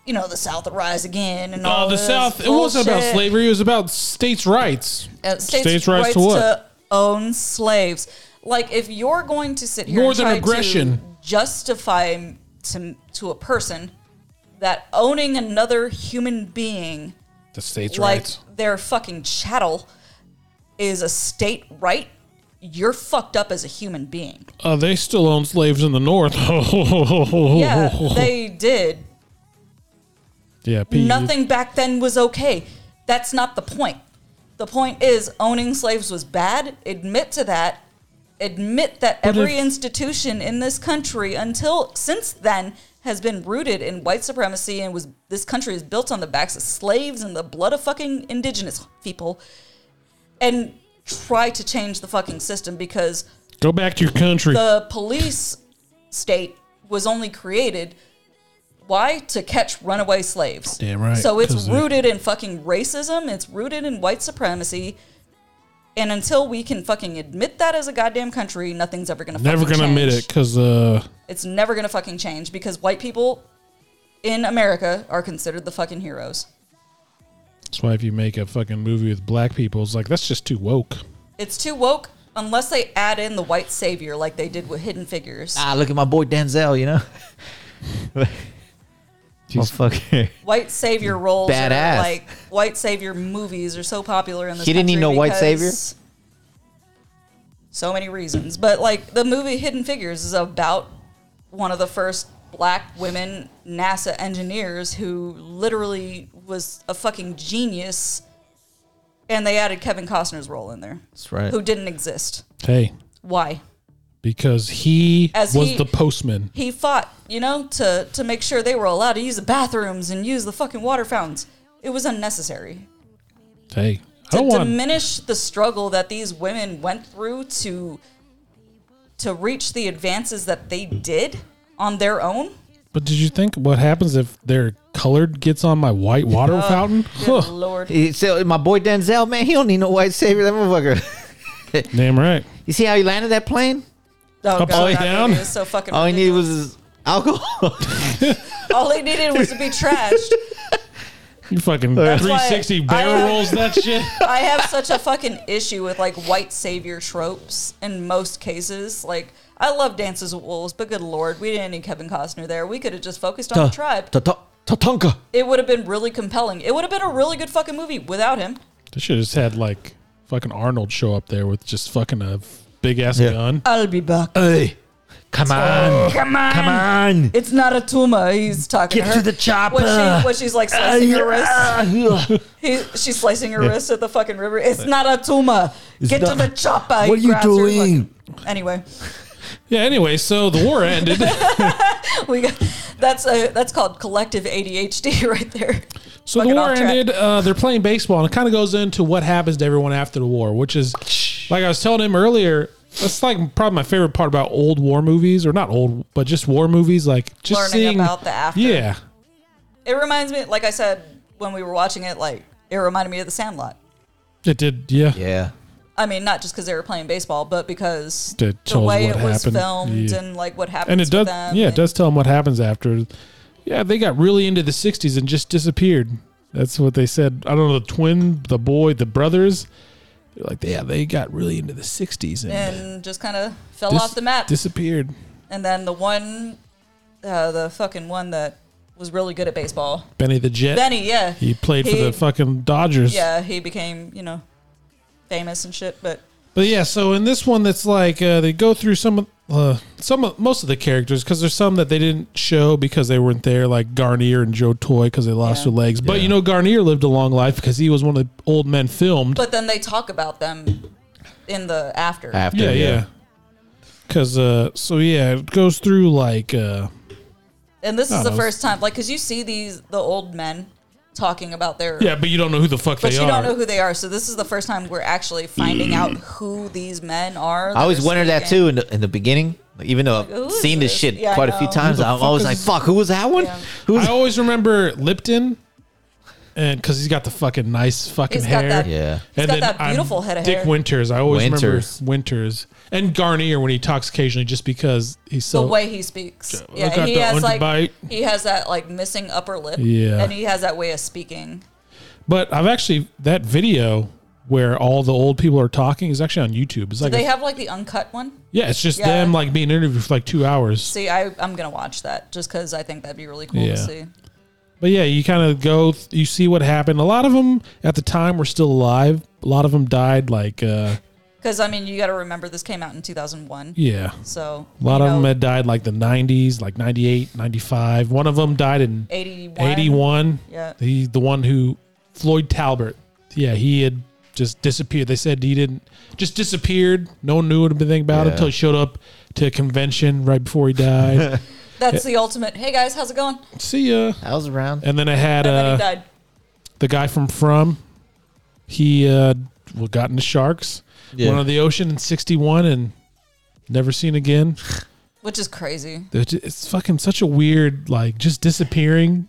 you know the South will rise again and all
Oh, the
this
South. It wasn't about
bullshit.
slavery. It was about states' rights.
Uh, states, rights, to, own slaves. Like if you're going to sit here
Northern
and try
aggression.
to justify to to a person that owning another human being
The states'
like
rights.
their fucking chattel is a state right, you're fucked up as a human being.
Uh, they still own slaves in the North. <laughs> yeah,
Yeah,
oh,
they did.
yeah. P-
Nothing back then was okay. That's not the point. The point is owning slaves was bad. Admit to that. Admit that every
if-
institution in this country until since then has been rooted in white supremacy and was this country is built on the backs of slaves and the blood of fucking indigenous people. And try to change the fucking system because
Go back to your country.
the police state was only created why to catch runaway slaves
Damn right,
so it's
'cause they-
rooted in fucking racism it's rooted in white supremacy and until we can fucking admit that as a goddamn country nothing's ever gonna
Never
fucking
gonna admit
change.
it because uh,
it's never gonna fucking change because white people in america are considered the fucking heroes
that's why if you make a fucking movie with black people, it's like that's just too woke.
it's too woke unless they add in the white savior like they did with hidden figures
Ah, look at my boy Denzel.
<laughs>
You know,
He's-
motherfucker.
white savior roles
Badass.
Are like white savior movies are so popular in this
He didn't need
country
no white
because so many reasons but like the movie hidden figures is about one of the first black women nasa engineers who literally was a fucking genius and they added kevin costner's role in there
That's right.
who didn't exist
Hey,
why
because he
As
was
he-
the postman.
he fought, you know, to to make sure they were allowed to use the bathrooms and use the fucking water fountains. It was unnecessary
Hey, I
to
don't want.
diminish the struggle that these women went through to to reach the advances that they did on their own.
But did you think what happens if their colored gets on my white water
Oh.
fountain?
Good
Huh.
lord.
He- So my boy Denzel, man, he don't need no white savior. That motherfucker. <laughs>
Damn right.
You see how he landed that plane?
Oh,
Upside
God, that
down?
movie is so fucking
All he needed
ridiculous.
was his
<laughs>
alcohol.
All he needed was to be trashed.
You fucking
That's
why
360
I-
barrel rolls that shit.
<laughs> I have such a fucking issue with like white savior tropes in most cases. Like, I love Dances with Wolves, but good lord, we didn't need Kevin Costner there. We could have just focused on the tribe.
Tatanka.
It would have been really compelling. It would have been a really good fucking movie without him.
They should have just had like fucking Arnold show up there with just fucking a big ass
Yeah.
gun.
I'll be back.
Hey, come on,
Come on.
come on.
It's not a tumor. He's talking
Get
to her.
to the chopper.
When, she, when she's like
Ah,
slicing her wrist,
yeah.
he, she's slicing her wrist at the fucking river. It's not a tumor. Get
not-
to the chopper. He
What are you
grabs her
doing?
fucking- Anyway, <laughs>
Yeah. Anyway, so the war ended.
we got, that's a, that's called collective ADHD <laughs> right there.
So the
Fucking
war
off track.
ended. Uh, they're playing baseball, and it kind of goes into what happens to everyone after the war, which is like I was telling him earlier. That's like probably my favorite part about old war movies, or not old, but just war movies. Like just
Learning
seeing,
about the after.
Yeah,
It reminds me, like I said when we were watching it, like it reminded me of The Sandlot.
it did. Yeah,
Yeah.
I mean, not just because they were playing baseball, but because
That
the
tells
way it
what
was
happened.
filmed
Yeah.
and like what um, happened.
and it does.
Them
Yeah, it
and-
does tell them what happens after. Yeah, they got really into the '60s and just disappeared. That's what they said. I don't know the twin, the boy, the brothers. They're like, yeah, they got really into the '60s and,
And just kind of fell
dis-
off the map.
disappeared.
and then the one, uh, the fucking one that was really good at baseball,
Benny the Jet.
Benny. Yeah,
He played for
He-
the fucking Dodgers.
yeah, he became you know famous and shit. But
But yeah, so in this one, that's like uh, they go through some of uh, some of most of the characters because there's some that they didn't show because they weren't there, like Garnier and Joe Toy because they lost
Yeah.
their legs. But you know, Garnier lived a long life because he was one of the old men filmed.
but then they talk about them in the after.
After.
yeah, yeah. Because uh, so yeah, it goes through like uh,
And this
I
is the
don't know.
first time, like, because you see these the old men talking about their
yeah, but you don't know who the fuck
But
they
you
are.
don't know who they are, so this is the first time we're actually finding out who these men are. that
I always
are
wondered that
speaking.
too in the, in the beginning. Like, even though
who
I've
is
seen this
this?
shit
Yeah, I
quite a few
know.
times,
Who the
I'm
fuck
always
is
like,
this?
"Fuck, who was that one?
Yeah.
<laughs>
Who was
I always remember Lipton, and because he's got the fucking nice fucking
He's got
hair.
that-
Yeah.
He's got that beautiful head of
Dick
hair.
Winters. I always
Winters.
remember Winters and Garnier when he talks occasionally, just because he's so.
the way he speaks.
I
Yeah,
got
he
the
has like
underbite.
he has that like missing upper lip.
Yeah.
and he has that way of speaking.
but I've actually that video where all the old people are talking is actually on YouTube. It's like
They
a-
have like the uncut one.
yeah, it's just
Yeah.
them like being interviewed for like two hours.
See, I I'm gonna watch that just because I think that'd be really cool
Yeah.
to see.
But yeah, you kind of go, th- you see what happened. A lot of them at the time were still alive. A lot of them died. Like uh,
Because I mean, you got to remember this came out in 2001,
yeah.
so
A lot
you
of them
know,
had died like the 90s, like 98, 95. One of them died in
81.
81.
Yeah.
He, the one who, Floyd Talbert. Yeah, he had just disappeared. They said he didn't, just disappeared. No one knew anything about him
Yeah.
until he showed up to a convention right before he died.
That's the ultimate. Hey guys, how's it going?
See ya.
I was around.
And then I had
And then he
uh,
died.
the guy from From. He uh, well, got into sharks,
Yeah.
went on the ocean in 61 and never seen again.
Which is crazy.
They're ju- It's fucking such a weird, like, just disappearing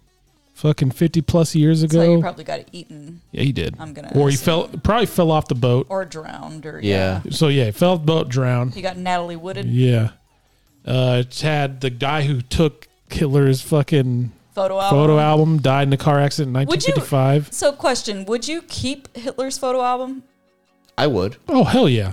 fucking 50 plus years
So you
ago.
probably got eaten
yeah, he did.
I'm gonna
or he
assume.
fell, probably fell off the boat.
or drowned or
Yeah.
yeah.
So, yeah, he fell off the boat, drowned.
You got Natalie Wooded
Yeah. Uh, it's had the guy who took Killer's fucking
photo album.
photo album died in a car accident in
Oh. Would you-
1955.
So, question: Would you keep Hitler's photo album?
I would.
Oh, hell yeah.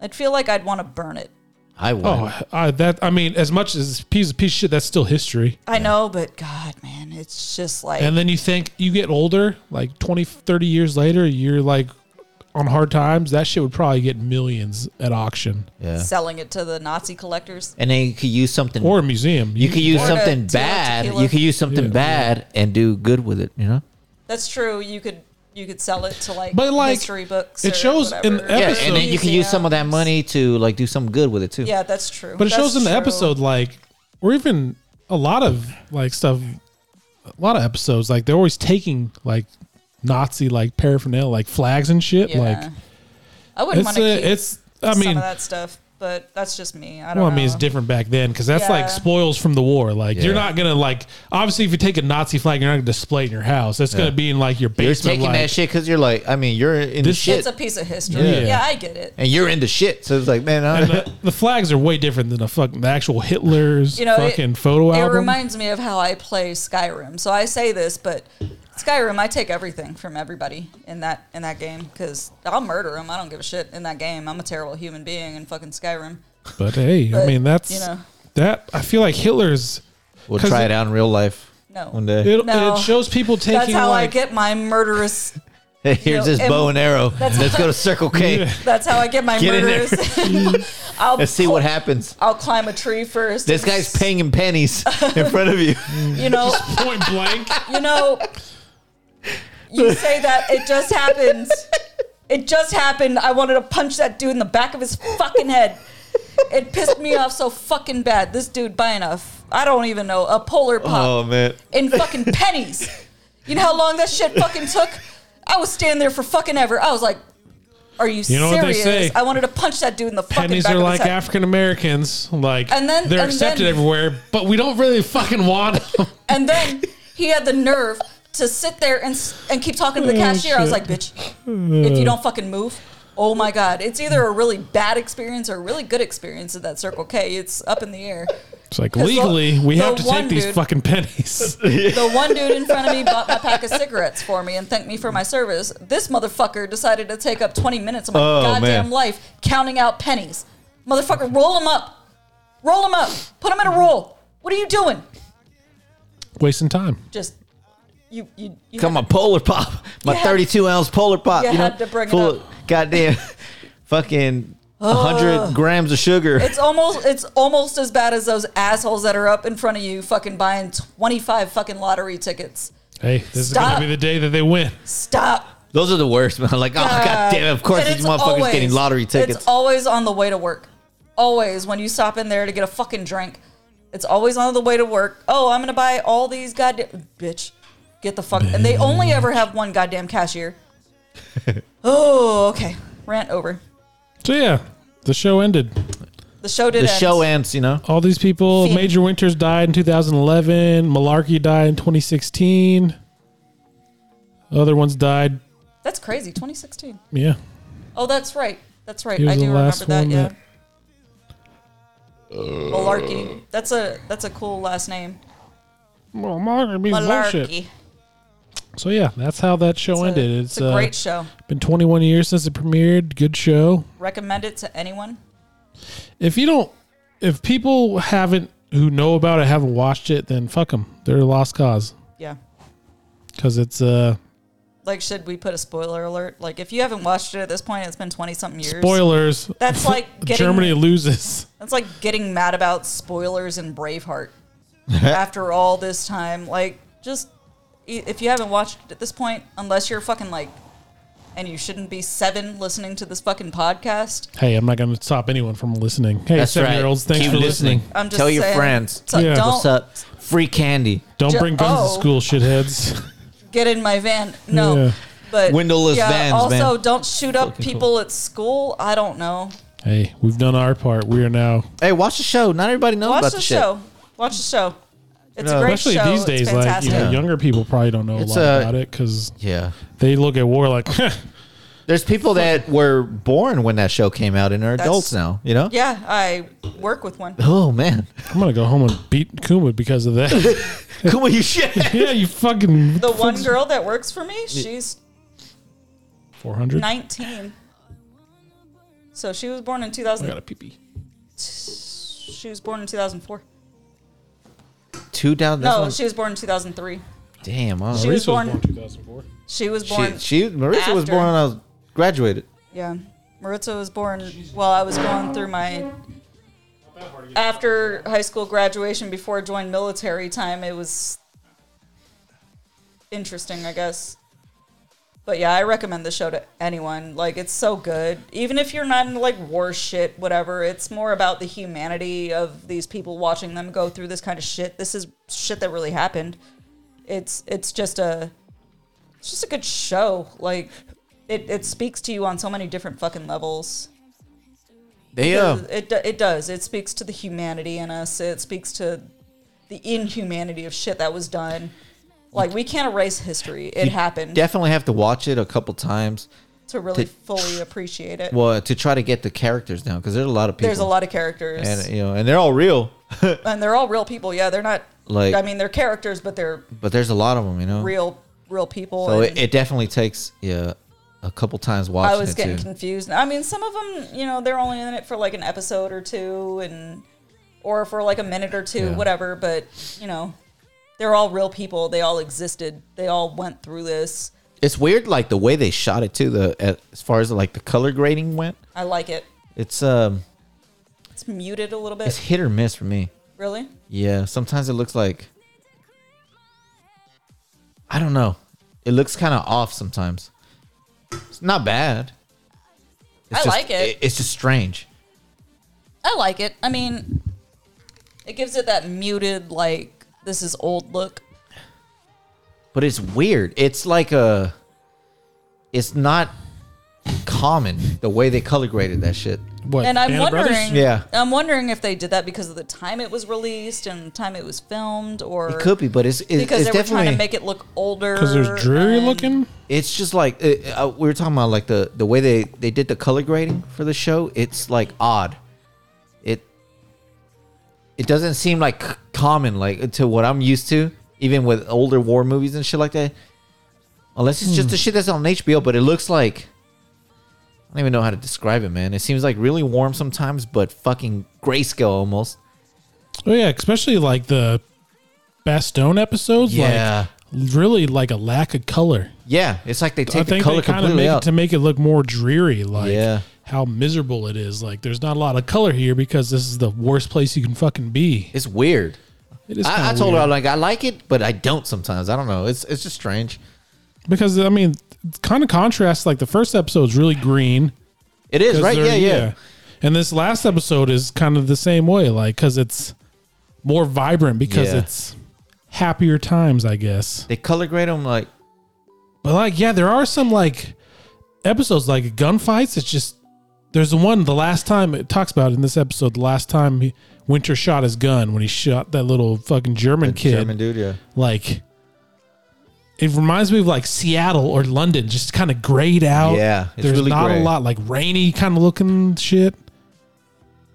I'd feel like I'd want to burn it.
I would.
Oh, I, that I mean, as much as it's a piece of piece of shit, that's still history.
I know, but God, man, it's just like
And then you think you get older, like 20, 30 years later, you're like on hard times. That shit would probably get millions at auction
yeah.
selling it to the Nazi collectors.
And then you could use something.
or a museum.
you could use
Or to-
something
to
bad.
tequila.
You could use something
Yeah.
bad and do good with it. You know.
That's true. You could you could sell it to like,
But, like,
history books.
it
or
shows in
whatever.
the
Yeah,
episode-
and then you can use some of that
Museums.
money to like do something good with it too.
Yeah, that's true.
but it shows
That's
in the
true.
episode, like, or even a lot of like stuff, a lot of episodes, like they're always taking like Nazi like paraphernalia, like flags and shit.
Yeah.
Like
I wouldn't
it's
want to
a,
keep
it's. I
some
mean,
of that stuff. but that's just me. I don't
Well, I
know.
mean, it's different back then because that's
Yeah.
like spoils from the war. Like you're
Yeah.
not gonna like obviously if you take a Nazi flag, you're not gonna display it in your house. That's gonna be in like your
You're
basement.
taking
like,
that shit because you're like, I mean, you're in the
This-
shit,
It's a piece of history.
Yeah.
Yeah, I get it.
and you're in the shit. So it's like, man, I
and uh, the, the flags are way different than the fucking the actual Hitler's
You know, it-
fucking photo
It
album.
reminds me of how I play Skyrim. So I say this, but Skyrim, I take everything from everybody in that in that game because I'll murder them. I don't give a shit in that game. I'm a terrible human being in fucking Skyrim.
but hey, I
But,
mean that's
you know.
that. I feel like Hitler's.
we'll
'cause
try
it-
it out in real life
No.
one day.
It,
No.
it shows people taking.
That's how
like,
I get <laughs> my murderous.
Hey, <laughs> here's
know,
this
and-
bow
<laughs>
and arrow. Let's go to Circle K.
That's how I get my
Get in there.
murderous.
<laughs>
I'll
Let's see
cl-
what happens.
I'll climb a tree first.
This
and
guy's paying in pennies in front of you. <laughs>
You know,
point blank.
you know, you say that it just happens. It just happened. I wanted to punch that dude in the back of his fucking head. It pissed me off so fucking bad. This dude buying a, f- I don't even know, a polar <laughs>
Oh
pop
man,
in fucking pennies. You know how long that shit fucking took? I was standing there for fucking ever. I was like, are you,
You know what they
serious?
say.
I wanted to punch that dude in the fucking
Pennies
back
are
of
like
his head.
African Americans, like
And then-
they're
and
accepted
then-
everywhere, but we don't really fucking want them.
And then he had the nerve to sit there and s- and keep talking to
Oh,
the cashier. I was like, bitch, if you don't fucking move, oh my god, it's either a really bad experience or a really good experience at that Circle K. It's up in the air.
It's like
'Cause the-
legally, we
the
have to
one
take these
dude-
fucking pennies.
The one dude in front of me bought my pack of cigarettes for me and thanked me for my service. This motherfucker decided to take up 20 minutes of my
Oh,
goddamn
man.
life counting out pennies. Motherfucker, roll them up, roll them up, put them in a roll. What are you doing?
Wasting time.
Just you, you, you
come
had-
on, Polar Pop, my
You had-
32 ounce Polar Pop.
you
know,
had to bring it
full
up.
of goddamn <laughs> fucking 100 grams of sugar.
Oh. It's almost it's almost as bad as those assholes that are up in front of you fucking buying 25 fucking lottery tickets.
Hey, this is
Stop.
gonna be the day that they win.
Stop.
Those are the worst, man. Like, oh god damn, it, of course
And it's
these motherfuckers
always-
getting lottery tickets.
It's always on the way to work. Always when you stop in there to get a fucking drink. It's always on the way to work. Oh, I'm going to buy all these goddamn bitch. Get the fuck. And they only ever have one goddamn
<laughs>
cashier. oh, okay. Rant over.
So yeah, the show ended.
The show did
the
end.
show ends, you know.
All these people,
Fiend.
Major Winters died in 2011. Malarkey died in 2016. Other ones died.
That's crazy. 2016.
Yeah,
Oh, that's right. That's right.
He was
I
the
do
last
remember that.
one
Yeah.
that-
Malarkey. That's a that's a cool last name.
well, Malarkey means bullshit.
Malarkey.
So yeah, that's how that show
It's a-
ended.
It's,
It's,
a
uh,
great show.
been 21 years since it premiered. Good show.
Recommend it to anyone.
If you don't, if people haven't who know about it haven't watched it, then fuck them. They're a lost cause
Yeah.
because it's uh
Like, should we put a spoiler alert? Like, if you haven't watched it at this point, it's been twenty something years.
spoilers. <laughs>
That's like getting-
Germany loses.
That's like getting mad about spoilers in Braveheart. After all this time, like, just i- if you haven't watched it at this point, unless you're fucking like, and you shouldn't be seven listening to this fucking podcast.
Hey, I'm not going to stop anyone from listening. Hey,
That's
seven
right.
year olds, thanks
Keep
for listening.
listening.
I'm just
Tell your
saying,
friends.
So
Yeah.
Don't
What's up? Free candy.
Don't
Ju-
bring guns
oh.
to school, shitheads.
<laughs> get in my van. No.
Yeah.
But
Windowless
yeah,
vans,
Also,
man.
don't shoot up
Fucking
people at school. I don't know.
hey, we've done our part. We are now,
Hey, watch the show. Not everybody knows
Watch
about
the,
the, shit.
show. Watch the show. It's
No.
a great
especially
show.
these
it's
days, like you
fantastic.
know,
Yeah.
younger people probably don't know a
It's,
lot
uh,
about it because
Yeah.
they look at war like, <laughs>
There's people that were born when that show came out and are
That's-
adults now, you know?
yeah, I work with one. <laughs>
Oh man.
I'm gonna go home and beat Kuma because of that.
Come on, you shit.
<laughs>
yeah, you fucking
<laughs>
The one girl that works for me, she's
400.
19. So she was born in
I
2000.
got a pee pee.
She was born in 2004.
Two down that's
No,
one-
she was born in 2003.
Damn, I
Marisa
She was
was born
born-
in 2004.
She was
she,
born.
she Marissa was
after.
born when I was graduated.
Yeah. Maritza was born while I was going through my after high school graduation before I joined military time. It was interesting, I guess. But yeah, I recommend the show to anyone. Like it's so good. Even if you're not into like war shit, whatever, it's more about the humanity of these people watching them go through this kind of shit. This is shit that really happened. It's it's just a it's just a good show. Like it, it speaks to you on so many different fucking levels.
Damn.
Because It, do- it does. It speaks to the humanity in us. It speaks to the inhumanity of shit that was done. Like, we can't erase history. It
You
happened
Definitely have to watch it a couple times.
to really
to-
fully appreciate it.
Well, to try to get the characters down because there's a lot of people.
There's a lot of characters.
and you know, and they're all real.
and they're all real people. Yeah, they're not
Like-
like I mean, they're characters, but they're
but there's a lot of them, you know.
real, real people.
So it,
and
it definitely takes yeah a couple times watching
I was
it
getting
too.
confused. I mean, some of them, you know, they're only in it for like an episode or two, and or for like a minute or two,
Yeah.
whatever. But you know, they're all real people. They all existed. They all went through this.
it's weird, like the way they shot it too. The as far as like the color grading went,
I like it.
it's um
It's muted a little
it's
bit.
hit or miss for me.
Really?
Yeah, sometimes it looks like I don't know. It looks kind of off sometimes. It's not bad. It's
I
just-
like it.
It's just strange.
I like it. I mean, it gives it that muted like this is old look.
but it's weird. It's like a, it's not common the way they color graded that shit.
What?
and I'm
Banner
wondering,
Brothers?
Yeah.
I'm wondering if they did that because of the time it was released and the time it was filmed, or
It could be, but it's it's,
because
it's
they were trying to
definitely
make it look older.
Because there's dreary
and-
looking.
it's just like uh, uh, we were talking about like the the way they they did the color grading for the show. It's like odd. It it doesn't seem like c- common like to what I'm used to, even with older war movies and shit like that. Unless it's
Hmm.
just the shit that's on HBO, but it looks like I don't even know how to describe it, man. It seems like really warm sometimes, but fucking grayscale almost.
Oh yeah, especially like the Bastone episodes.
Yeah.
Like, really like a lack of color.
Yeah, it's like they
I
take the
think
color
they kind of
completely
make
out.
it to make it look more dreary, like
Yeah.
how miserable it is. Like there's not a lot of color here because this is the worst place you can fucking be.
it's weird.
It is.
I, I
kinda
told her
weird.
I'm like I like it, but I don't sometimes. I don't know. It's it's just strange.
because I mean, it's kind of contrasts. Like the first episode's really green,
It is
'cause
right.
they're-
Yeah, yeah,
and this last episode is kind of the same way, like because it's more vibrant because
Yeah.
it's happier times, I guess.
They color grade them like
But like, yeah, there are some like episodes like gunfights. It's just there's the one the last time it talks about in this episode. The last time he, Winter shot his gun when he shot that little fucking German
the
kid.
German dude. Yeah,
Like, it reminds me of like Seattle or London, just kind of grayed out.
Yeah, it's
there's
really
not
gray.
a lot like rainy kind of looking shit.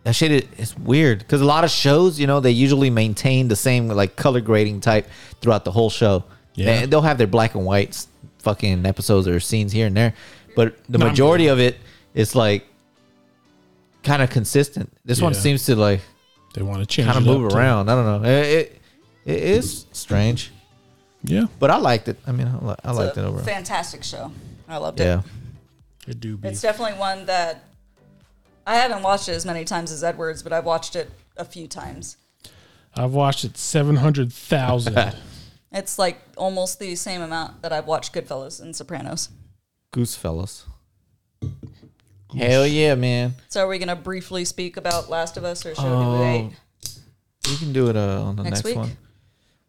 that shit is it's weird because a lot of shows, you know, they usually maintain the same like color grading type throughout the whole show.
Yeah.
Yeah, they, will have their black and whites fucking episodes or scenes here and there, but the
No, I'm
majority of it is like kind of consistent. This one
Yeah.
seems to like
They want to change.
kind of
it up
move
to-
around. I don't know. It, it it is strange,
yeah,
but I liked it. I mean, I, li- I
It's
liked it
a
overall.
fantastic show. I loved
Yeah.
it.
it do be.
It's definitely one that I haven't watched it as many times as Edwards, but I've watched it a few times.
I've watched it seven hundred
<laughs>
thousand.
It's like almost the same amount that I've watched Goodfellas and Sopranos.
Goosefellas. Hell yeah, man.
So are we going to briefly speak about Last of Us or should
Oh,
we wait?
We can do it uh, on the
Next
next,
week?
one.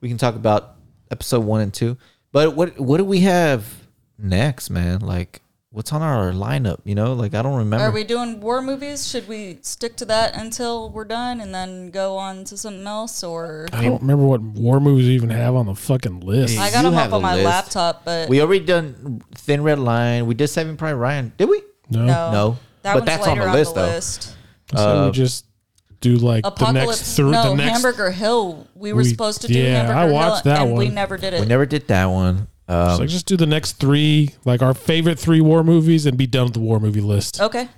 We can talk about episode one and two. But what what do we have next, man? Like, what's on our lineup? You know, like I don't remember.
Are we doing war movies? Should we stick to that until we're done and then go on to something else? Or
Uh,
I don't remember what war movies we even have on the fucking list.
I got
You
them
have
up on
a
my
list.
laptop, but
We already done Thin Red Line. We did Saving Private Ryan. Did we?
no,
no,
No.
that
But
one's
that's on
later
the
on the
list, though.
list.
so we just do like the next
Apocalypse.
through
no,
the next.
Hamburger Hill. We were
We-
supposed to do
yeah,
Hamburger
I watched
Hill,
that
and we
one.
never did
We
it.
never did that one.
So
Um,
just do the next three, like our favorite three war movies, and be done with the war movie list.
okay,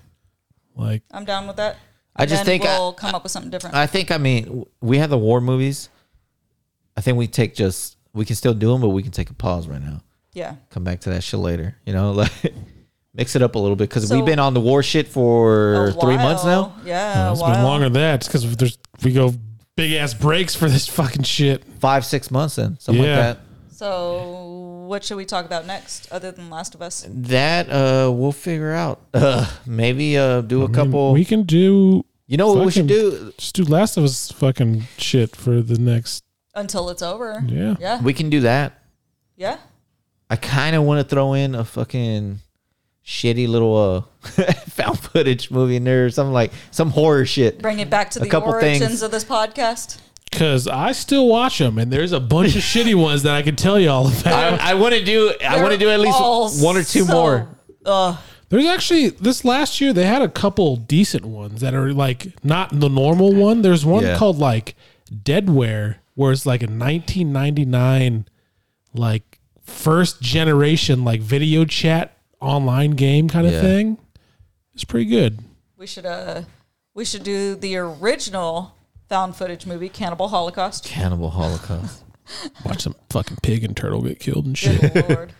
Like
I'm down with that.
I just
Then
think I-
we'll come up with something different.
I think I mean w- we have the war movies. I think we take just we can still do them, but we can take a pause right now.
yeah,
Come back to that shit later. You know, <laughs> like mix it up a little bit because
So-
we've been on the war shit for
A
three months now.
while. Yeah,
uh,
a
it's been
while.
longer than that because there's we go big ass breaks for this <laughs> fucking shit.
five, six months in, something
Yeah.
like that.
So, what should we talk about next, other than Last of Us?
That uh, we'll figure out. <laughs> Uh, maybe uh, do a
I mean,
couple.
we can do
you know what we should
fucking-
do?
just do Last of Us fucking shit for the next.
Until it's over.
Yeah.
Yeah.
We can do that.
yeah.
I kind of want to throw in a fucking shitty little uh <laughs> found footage movie in there or something like some horror shit.
Bring it back to
A
the
couple
origins
things.
of this podcast.
Cause I still watch them, and there's a bunch of <laughs> shitty ones that I can tell you all about.
I, I want to do. I want to
They're
do at least
all
one or two
so-
more.
Ugh.
There's actually this last year they had a couple decent ones that are like not the normal one. There's one
Yeah.
called like Deadware, where it's like a 1999 like first generation like video chat online game kind of
Yeah.
thing. It's pretty good.
we should uh we should do the original found footage movie Cannibal Holocaust.
Cannibal Holocaust.
Watch some fucking pig and turtle get killed and <laughs> shit.
Good lord.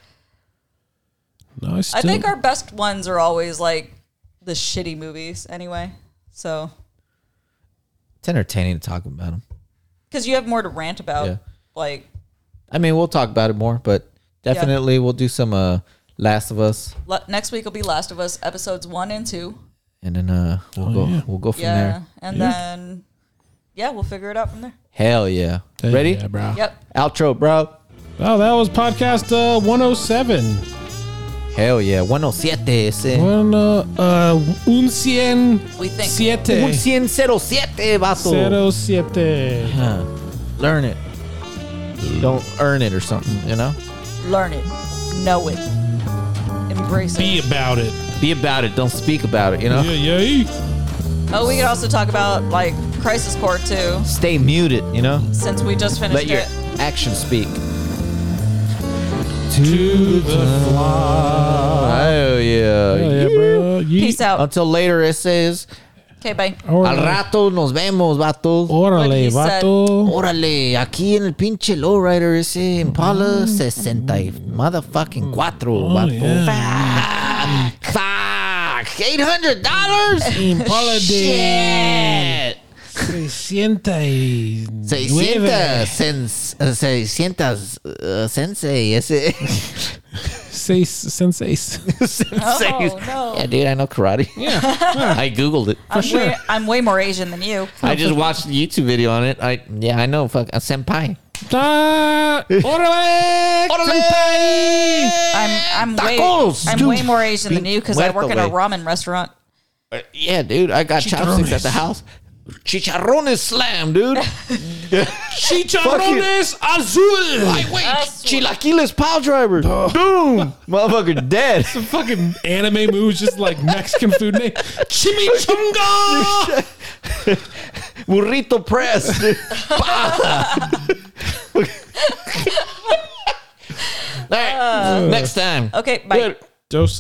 No, I still
I think our best ones are always like the shitty movies anyway. So
it's entertaining to talk about them.
cuz you have more to rant about
Yeah.
like
I mean, we'll talk about it more, but definitely we'll do some uh, Last of Us,
le- next week will be Last of Us episodes 1 and 2.
and then uh, we'll
Oh,
go.
yeah.
We'll go from
Yeah.
there.
And
Yeah.
then yeah, we'll figure it out from there.
Hell yeah!
Hey,
Ready?
yeah, bro.
Yep.
Outro, bro.
Oh, that was podcast uh, 107.
Hell yeah! 107. ese.
One uh, uh un cien
We think.
Un
siete.
cien cero siete, vato.
Cero siete.
Huh. Learn it. Don't earn it or something. You know.
Learn it. Know it. Embrace it.
Be about it.
Be about it. Don't speak about it. You know.
Yeah, yeah.
Oh, we could also talk about like Crisis Core too,
Stay muted. You know.
since we just finished
Let your
it.
action speak.
To the fly.
Oh yeah.
Yeah, bro. Yeet.
Peace out.
Until later, it says.
Okay, bye.
Al
Órale,
rato nos vemos, vatos.
What
Órale,
he said.
vato.
Órale, aquí en el pinche lowrider ese Impala 60 y motherfucking cuatro,
Oh,
vato. Fuck, fuck, $800?
Impala de
Shit. 600
609.
cents, eh, 600 eh, sensei ese. <laughs>
Seis, senseis.
Sensei.
Oh, no.
Yeah, dude, I know karate.
Yeah.
<laughs> I googled it.
I'm, way, I'm way more Asian than you.
I just watched a YouTube video on it. I yeah, I know. Fuck, a senpai.
Ah,
<laughs>
Órale, senpai.
I'm I'm way
Tacos,
I'm
dude.
way more Asian than you because I work in a
Muerto, güey.
ramen restaurant.
Uh, Yeah, dude, I got chopsticks
Chicharrones.
at the house. Chicharrones
<laughs>
slam, dude.
Chicharrones azul.
Like, wait,
That's-
chilaquiles pile driver.
<laughs>
Boom, motherfucker dead.
Fucking anime moves, just like Mexican food name. Chimichanga.
<laughs> Burrito press. <laughs> dude. Bah. <laughs> All right, next time.
Uh. Okay, bye.
Later.
Dose.